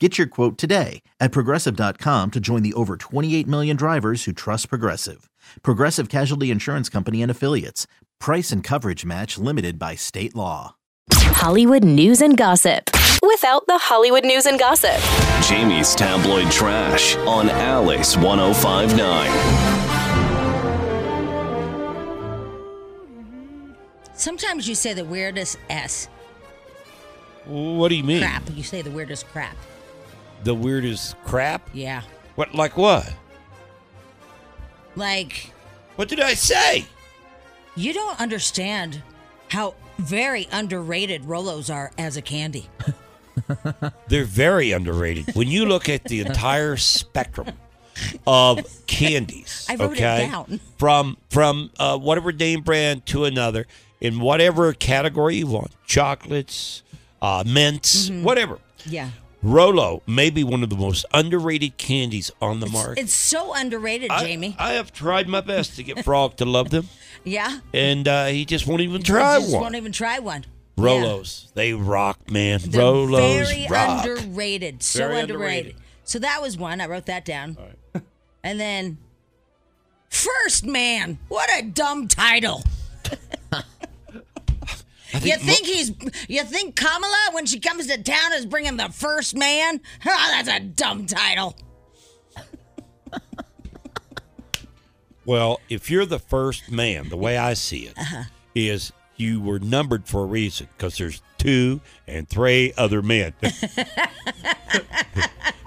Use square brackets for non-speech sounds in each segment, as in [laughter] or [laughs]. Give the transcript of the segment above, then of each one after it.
Get your quote today at progressive.com to join the over 28 million drivers who trust Progressive. Progressive Casualty Insurance Company and Affiliates. Price and coverage match limited by state law. Hollywood news and gossip without the Hollywood news and gossip. Jamie's tabloid trash on Alice 1059. Sometimes you say the weirdest S What do you mean? crap. You say the weirdest crap. The weirdest crap? Yeah. What? Like what? Like, What did I say? you don't understand how very underrated Rolos are as a candy. They're very underrated. when you look at the entire spectrum of candies, [laughs] I wrote it okay, down. from from uh, whatever name brand to another in whatever category you want, chocolates, uh, mints, Mm-hmm. whatever. Yeah. Rolo may be one of the most underrated candies on the market. It's so underrated, I- Jamie. I, have tried my best to get Frog to love them, yeah. and uh, he just won't even try You just one. won't even try one. Rolos, they rock, man. Yeah. They're Rolos very rock. underrated. So Very underrated. underrated. So that was one. I wrote that down. and then, First Man. What a dumb title. I You mo- think he's? You think Kamala, when she comes to town, is bringing the first man? [laughs] Oh, that's a dumb title. well, if you're the first man, the way I see it is Uh-huh. you were numbered for a reason because there's two and three other [laughs] men.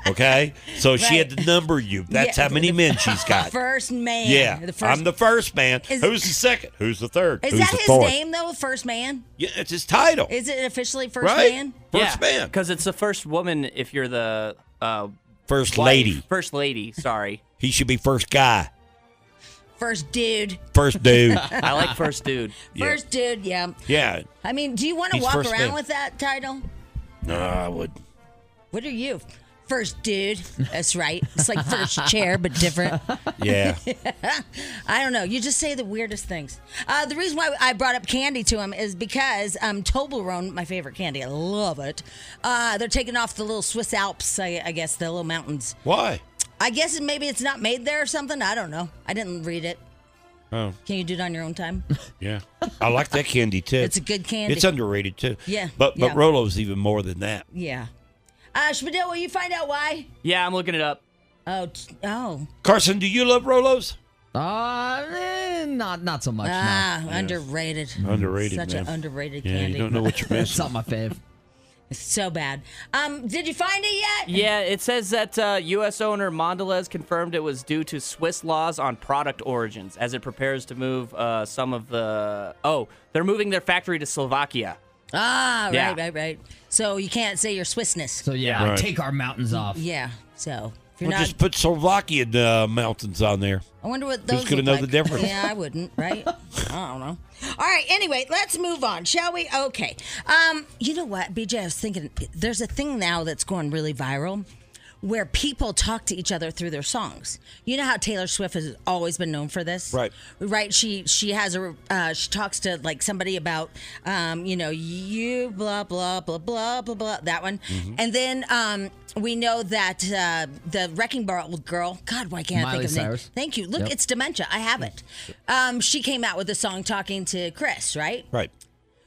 okay, so she had to number you. That's Yeah, how many men [laughs] she's got. First man. yeah, The 1st I'm the first man. Is- Who's the second? Who's the third? Is Who's that the his fourth? name though? First man. Yeah, it's his title. Is it officially first right? man? First man. Because it's the first woman if you're the uh, First wife. lady. First lady, sorry. He should be first guy. First dude. [laughs] First dude. I like first dude. Yeah. First dude. Yeah. yeah. I mean, do you want to He's walk first around man. with that title? No, I [laughs] wouldn't. What are you? First dude. That's right. It's like first chair, but different. Yeah. I don't know. You just say the weirdest things. Uh, the reason why I brought up candy to him is because um, Toblerone, my favorite candy, I love it. Uh, they're taking off the little Swiss Alps, I, I guess, the little mountains. Why? I guess it, maybe it's not made there or something. I don't know. I didn't read it. Oh. Can you do it on your own [laughs] time? Yeah, I like that candy too. It's a good candy. It's underrated too. Yeah, but but yeah. Rolo's even more than that. yeah. Uh, Shmadil, will you find out why? Yeah, I'm looking it up. Oh, t- oh, Carson, do you love Rolos? Uh, eh, not not so much. no. ah, underrated. Underrated, Such man. an underrated Yeah, candy. you don't know what [laughs] you're It's not missing. my fave. It's so bad. Um, did you find it yet? Yeah, it says that uh, U.S. owner Mondelez confirmed it was due to Swiss laws on product origins as it prepares to move uh, some of the. Oh, they're moving their factory to Slovakia. Ah, Yeah. right, right, right. So you can't say your Swissness. So yeah, Right. take our mountains off. Yeah. So if you're Well, not, just put Slovakian uh, mountains on there. I wonder what those. gonna look know like. the difference? Yeah, I wouldn't. Right. [laughs] I don't know. All right. Anyway, let's move on, shall we? Okay. Um, you know what, BJ? I was thinking there's a thing now that's going really viral. Where people talk to each other through their songs, you know how Taylor Swift has always been known for this, Right. Right? She she has a uh, she talks to like somebody about, um, you know, you blah blah blah blah blah blah that one, Mm-hmm. and then um, we know that uh, the Wrecking Ball girl, God, why can't I Miley think of the name? Cyrus. Thank you. Look, Yep. it's dementia. I have it. Um, she came out with a song talking to Chris, right? Right.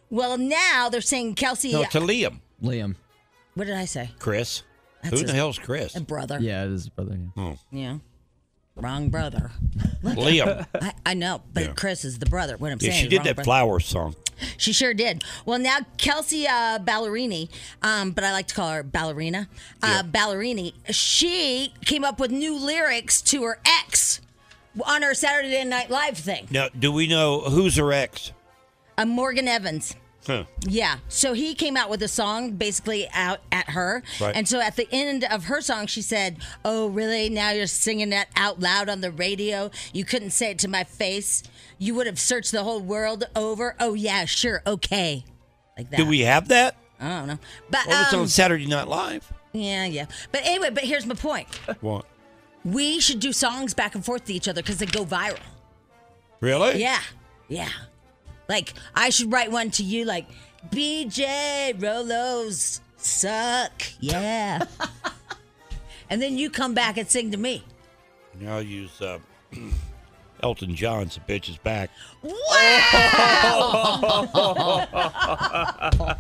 Well, now they're saying Kelsey. No, to Liam, Liam. what did I say? Chris. That's Who his the hell's Chris? brother. Yeah, it is brother. yeah. Oh. Yeah. Wrong brother. Liam. I, I know, but Yeah. Chris is the brother. What I'm Yeah, saying. she is did wrong that brother. flower song. She sure did. Well, now Kelsey uh, Ballerini, um, but I like to call her Ballerina. Uh, Ballerini. She came up with new lyrics to her ex on her Saturday Night Live thing. Now, do we know who's her ex? Uh, Morgan Evans. Huh. Yeah. So he came out with a song basically out at her. Right. And so at the end of her song, she said, Oh, really? Now you're singing that out loud on the radio? You couldn't say it to my face? You would have searched the whole world over? Oh, yeah, sure. Okay. Like that. Do we have that? I don't know. But, Well, it's um, on Saturday [laughs] Night Live. yeah, yeah. But anyway, but here's my point. What? We should do songs back and forth to each other because they go viral. Really? Yeah, yeah. Like I should write one to you, like BJ Rolos suck. Yeah. and then you come back and sing to me. Now I'll use uh, [clears throat] Elton John's The Bitch is Back. [laughs] Wow! wow!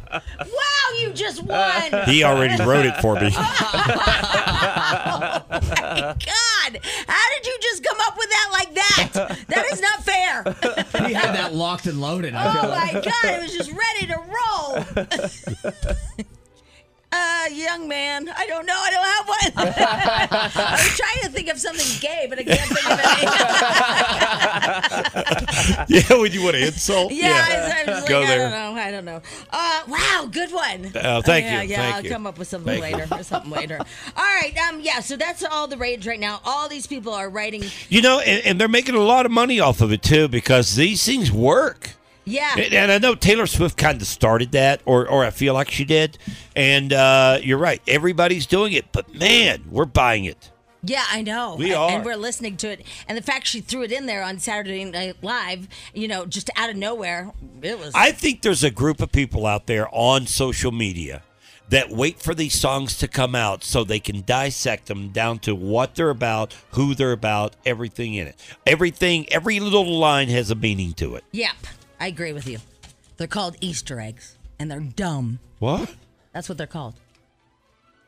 You just won. He already wrote it for [laughs] me. [laughs] God, how did you just come up with that like that? That is not fair. [laughs] He had that locked and loaded. I Oh feel like. my God, it was just ready to roll. [laughs] uh, young man, I don't know. I don't have one. [laughs] I was trying to think of something gay, but I can't think of any. [laughs] yeah, would you want to insult? yeah, I was, I was like, Go I there. don't know. I don't know. Uh, wow, good one. Uh, thank yeah, you, Yeah, thank I'll you. come up with something Thank you. later. Or [laughs] something later. All right. Um. Yeah. So that's all the rage right now. All these people are writing. You know, and, and they're making a lot of money off of it too because these things work. Yeah. And, and I know Taylor Swift kind of started that, or or I feel like she did. And uh, you're right, everybody's doing it, but man, we're buying it. Yeah, I know. We A- are. And we're listening to it. And the fact she threw it in there on Saturday Night Live, you know, just out of nowhere, it was. I think there's a group of people out there on social media that wait for these songs to come out so they can dissect them down to what they're about, who they're about, everything in it. Everything, every little line has a meaning to it. yep, I agree with you. They're called Easter eggs, and they're dumb. What? That's what they're called. [laughs]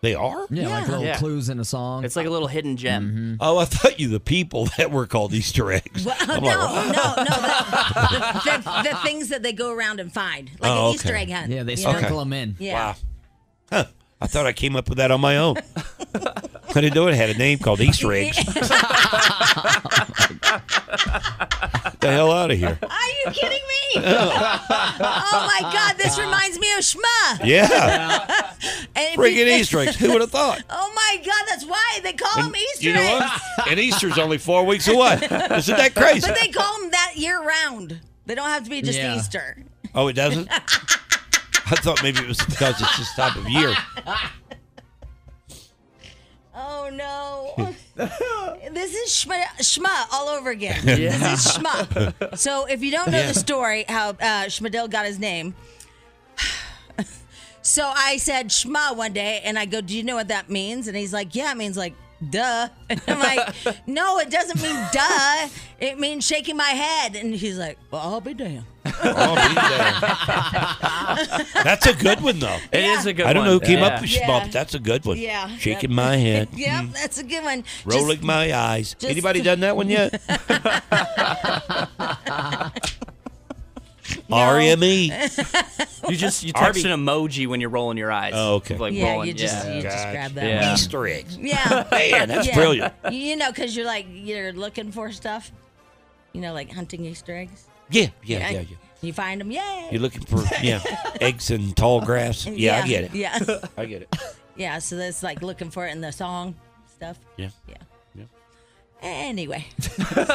They are? [laughs] Yeah, like little Yeah. clues in a song. It's like a little hidden gem. Oh, I thought you the people [laughs] that were called Easter eggs. Well, no, I'm no, like, no, The, the- the things that they go around and find, like Oh, an Easter okay. egg hunt. yeah, they you know? sprinkle them in. Yeah. Wow. Huh. I thought I came up with that on [laughs] my own. I didn't know it had a name called Easter eggs. the hell out of here. Are you kidding me? [laughs] oh my God, this reminds me of Schma. Yeah. And if you- Friggin' Easter eggs. Who would have thought? [laughs] Oh my God, that's why they call them Um, Easter you know eggs. what? [laughs] And Easter's only four [laughs] weeks away. Isn't that crazy? But they call them that year round. They don't have to be just Yeah. Easter. [laughs] Oh, [laughs] it doesn't? I thought maybe it was because it's this time of year. Oh [laughs] no. this is schma, schma all over again. [laughs] Mm-hmm. [laughs] This is schma. So if you don't know the story, how uh, Schmidl got his name. [sighs] so I said schma one day, and I go, "Do you know what that means?" And he's like, "Yeah, it means like." Duh. [laughs] And I'm like, no, it doesn't mean [laughs] duh. It means shaking my head. And he's like, well, I'll be damned. Oh, be damned. That's a good one, though. It is a good I don't one. know who came Yeah. up with Schmup. Yeah. but That's a good one. Yeah. Shaking my head. Yep, that's a good one. Just- Hmm. Rolling my eyes. Anybody done that one [laughs] yet? R M E. You just you Arby. text an emoji when you're rolling your eyes. Oh, okay. Like yeah, rolling, you just, [laughs] yeah. You just Gotcha. grab that Yeah. one. Easter eggs. [laughs] Yeah. Man, that's Yeah. brilliant. You know, because you're like, you're looking for stuff. You know, like hunting Easter eggs. Yeah, yeah, yeah, yeah. You find them, yay. You're looking for yeah [laughs] eggs and tall grass. Yeah, I get it. [laughs] Yeah. I get it. yeah. So that's like looking for it in the song stuff. Yeah. Yeah. Yeah. Anyway. [laughs] uh,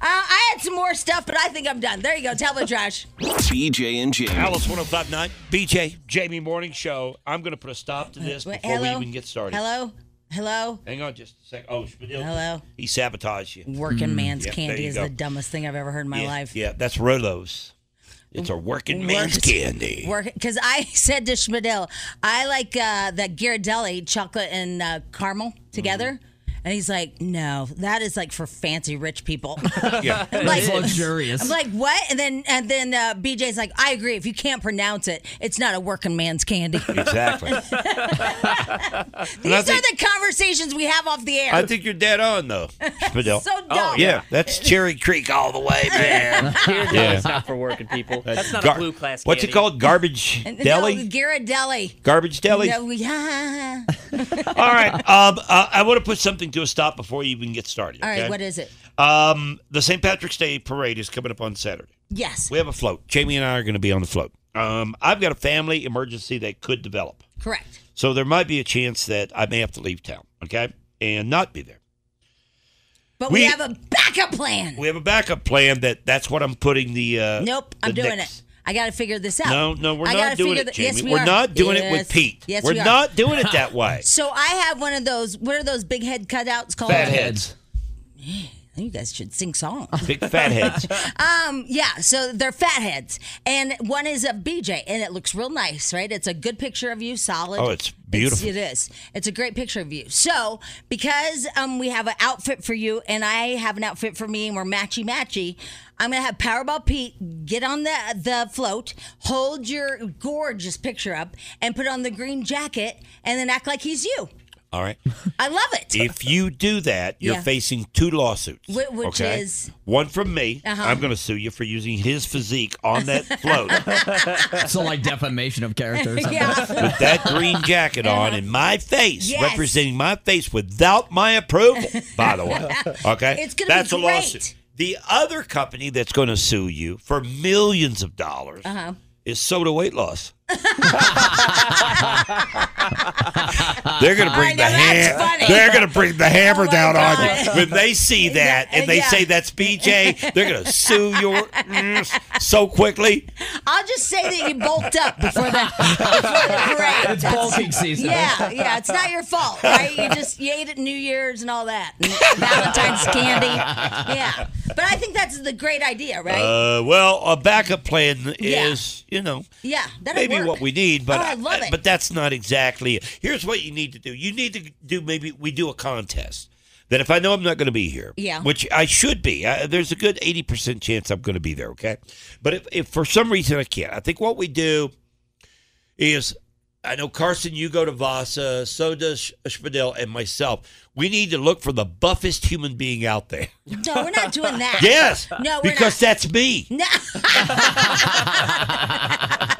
I had some more stuff, but I think I'm done. There you go. Tell the [laughs] trash. BJ and Jamie. Alice 1059, BJ, Jamie Morning Show. I'm going to put a stop to this Wait, before we even get started. Uh, Hello? Hello? Hang on just a sec. Oh, Spadil. Hello? He sabotaged you. Working man's Mm, Yeah, there candy you is go. the dumbest thing I've ever heard in my yeah, life. Yeah, that's Rolos. It's a working man's Works- candy. [laughs] Work because I [laughs] said to Mm. Schmidl, I like uh, that Ghirardelli chocolate and uh, caramel together. And he's like, no, that is like for fancy rich people. [laughs] Yeah. I'm It's luxurious. I'm like, what? And then and then uh, BJ's like, I agree. If you can't pronounce it, it's not a working man's [laughs] candy. Exactly. And I, These are think, the conversations we have off the air. I think you're dead on though, Spadil. so dumb. yeah, that's Cherry Creek all the [laughs] way, man. It's not for working people. That's not Gar- a blue class. What's candy. it called? Garbage And- [laughs] No, deli. Ghirardelli. Garbage deli. No, yeah. All [laughs] right. Um, uh, I want to put something to a stop before you even get started. All right, okay? what is it? Um, the St. Patrick's Day parade is coming up on Saturday. Yes, We have a float. Jamie and I are going to be on the float. Um, I've got a family emergency that could develop. correct. So there might be a chance that I may have to leave town, okay? And not be there. But we, We- have a backup plan. We have a backup plan that that's what I'm putting the uh nope, I'm the doing next- it. I got to figure this out. No, no, we're I gotta not doing figure it, th- Jamie. Yes, we are are. not doing it Yes, with Pete. Yes, we're we are. not doing it [laughs] that way. So I have one of those. What are those big head cutouts called? Fat head. Heads. You guys should sing songs. Big fatheads. [laughs] Um, yeah, so they're fatheads, and one is a BJ, and it looks real nice, right? It's a good picture of you, solid. Oh, it's beautiful. It's, it is. It's a great picture of you. So because um, we have an outfit for you, and I have an outfit for me, and we're matchy matchy. I'm gonna have Powerball Pete get on the the float, hold your gorgeous picture up, and put on the green jacket, and then act like he's you. All right. I love it. If you do that, you're Yeah. facing two lawsuits. Wh- which okay? is- one from me. Uh-huh. I'm going to sue you for using his physique on that [laughs] float So like defamation of character. [laughs] Or something. yeah. with that green jacket on and my face Yes. representing my face without my approval. By [laughs] the way, okay, It's gonna be that's a great. lawsuit. The other company that's going to sue you for millions of dollars Uh-huh. is Soda Weight Loss. [laughs] They're gonna bring the know, that's ham. funny. They're gonna bring the hammer Oh my down on you God. when they see that, Yeah, and they yeah. say that's BJ. They're gonna sue your [laughs] so quickly. I'll just say that you bulked up before that. Before the parade. It's bulking season. Yeah, yeah. It's not your [laughs] fault, right? You just you ate at New Year's and all that, and Valentine's candy. Yeah, but I think that's the great idea, right? Uh, well, a backup plan Yeah. is, you know, yeah, that'll maybe work. what we need, but uh, Oh, I love it. but that's not exactly. It. Here's what you need to do. You need to do maybe we do a contest. That if I know I'm not going to be here, Yeah. which I should be, I, there's a good 80% chance I'm going to be there, okay? But if, if for some reason I can't, I think what we do is I know Carson, you go to Vasa, so does Spadil and myself. We need to look for the buffest human being out [laughs] there. no, we're not [laughs] doing that. Yes, No, we're because that's me. [laughs]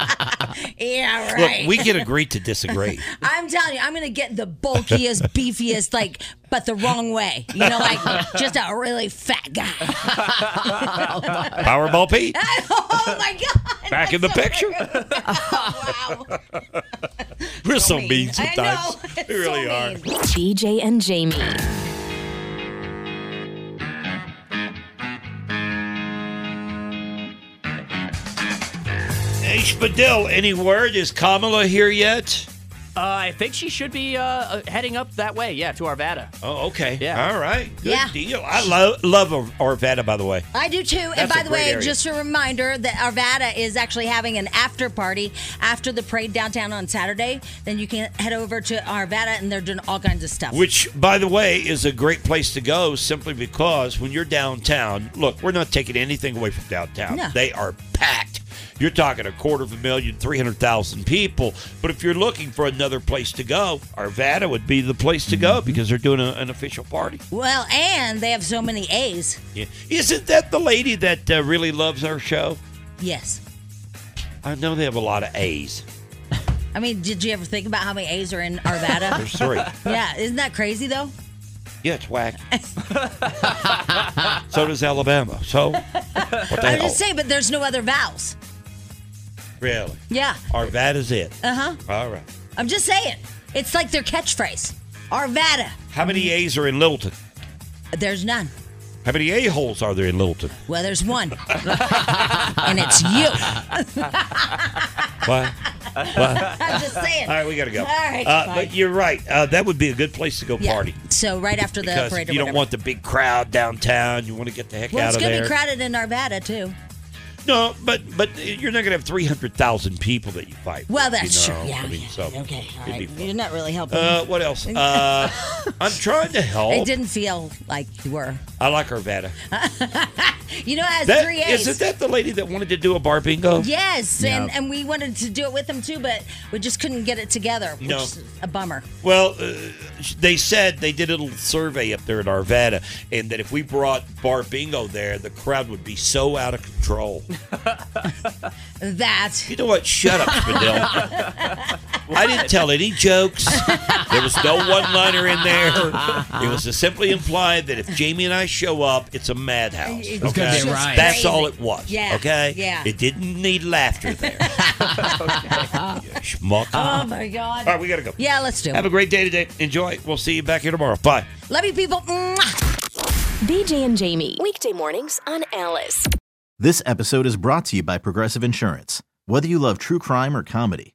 Yeah, right. Look, we can agree [laughs] to disagree. I'm telling you, I'm gonna get the [laughs] bulkiest, beefiest, like, but the wrong way. You know, like just a really fat guy. [laughs] Powerball Pete, oh my god! back in the picture. [laughs] Oh, Wow. We're so mean. mean, I sometimes. know. [laughs] [laughs] It's We really so are. mean. BJ and Jamie. Hey, Spadil, any word? Is Kamala here yet? Uh, I think she should be uh, uh, heading up that way. Yeah, to Arvada. Oh, okay. Yeah. All right. Good Yeah. deal. I love love Or- Orvetta, by the way. I do too. and That's by a the great way, area. just a reminder that Arvada is actually having an after party after the parade downtown on Saturday. Then you can head over to Arvada and they're doing all kinds of stuff. Which, by the way, is a great place to go simply because when you're downtown, look, we're not taking anything away from downtown. No. They are packed. You're talking a quarter of a million, 300,000 people. But if you're looking for another place to go, Arvada would be the place to go because they're doing a, an official party. well, and they have so many A's. Yeah. Isn't that the lady that uh, really loves our show? Yes. I know they have a lot of A's. I mean, did you ever think about how many A's are in Arvada? [laughs] There's [laughs] three. yeah, isn't that crazy though? yeah, it's whack. so does Alabama. So what the I hell? was just saying, but there's no other vowels. really? Yeah. Arvada's it. Uh huh. All right. I'm just saying. It's like their catchphrase. Arvada. How many A's are in Littleton? There's none. How many A holes are there in Littleton? Well, there's [laughs] one. and it's you. [laughs] What? I'm just saying. All right, we got to go. All right, Uh, fine. but you're right. Uh, that would be a good place to go Yeah. party. So right after the Because parade, or you don't whatever. want the big crowd downtown. You want to get the heck Well, out it's of gonna there. be crowded in Arvada too. No, but but you're not going to have 300,000 people that you fight. with, Well, that's you know? true. Yeah. I mean, yeah. so okay. All it'd be right. fun. You're not really helping. Uh, oh. [laughs] what else? Uh, I'm trying to help. it didn't feel like you were. I like Arvada. You know, as That, three A's. isn't that the lady that wanted to do a bar bingo? Yes, and, Yeah. and we wanted to do it with them too, but we just couldn't get it together, which No. is a bummer. Well, uh, they said they did a little survey up there at Arvada, and that if we brought bar bingo there, the crowd would be so out of control. That You know what? Shut up, Spadil. I didn't tell any jokes. There was no one-liner in there. It was to simply implied that if Jamie and I show up, it's a madhouse. It's gonna okay? be a riot. That's Crazy. all it was. Yeah, Okay. yeah. It didn't need laughter there. [laughs] You schmuck. Oh my god. all right, we gotta go. Yeah, let's do Uh, Have it. a great day today. Enjoy. We'll see you back here tomorrow. Bye. Love you people. Mwah. BJ and Jamie. Weekday mornings on Alice. This episode is brought to you by Progressive Insurance. Whether you love true crime or comedy,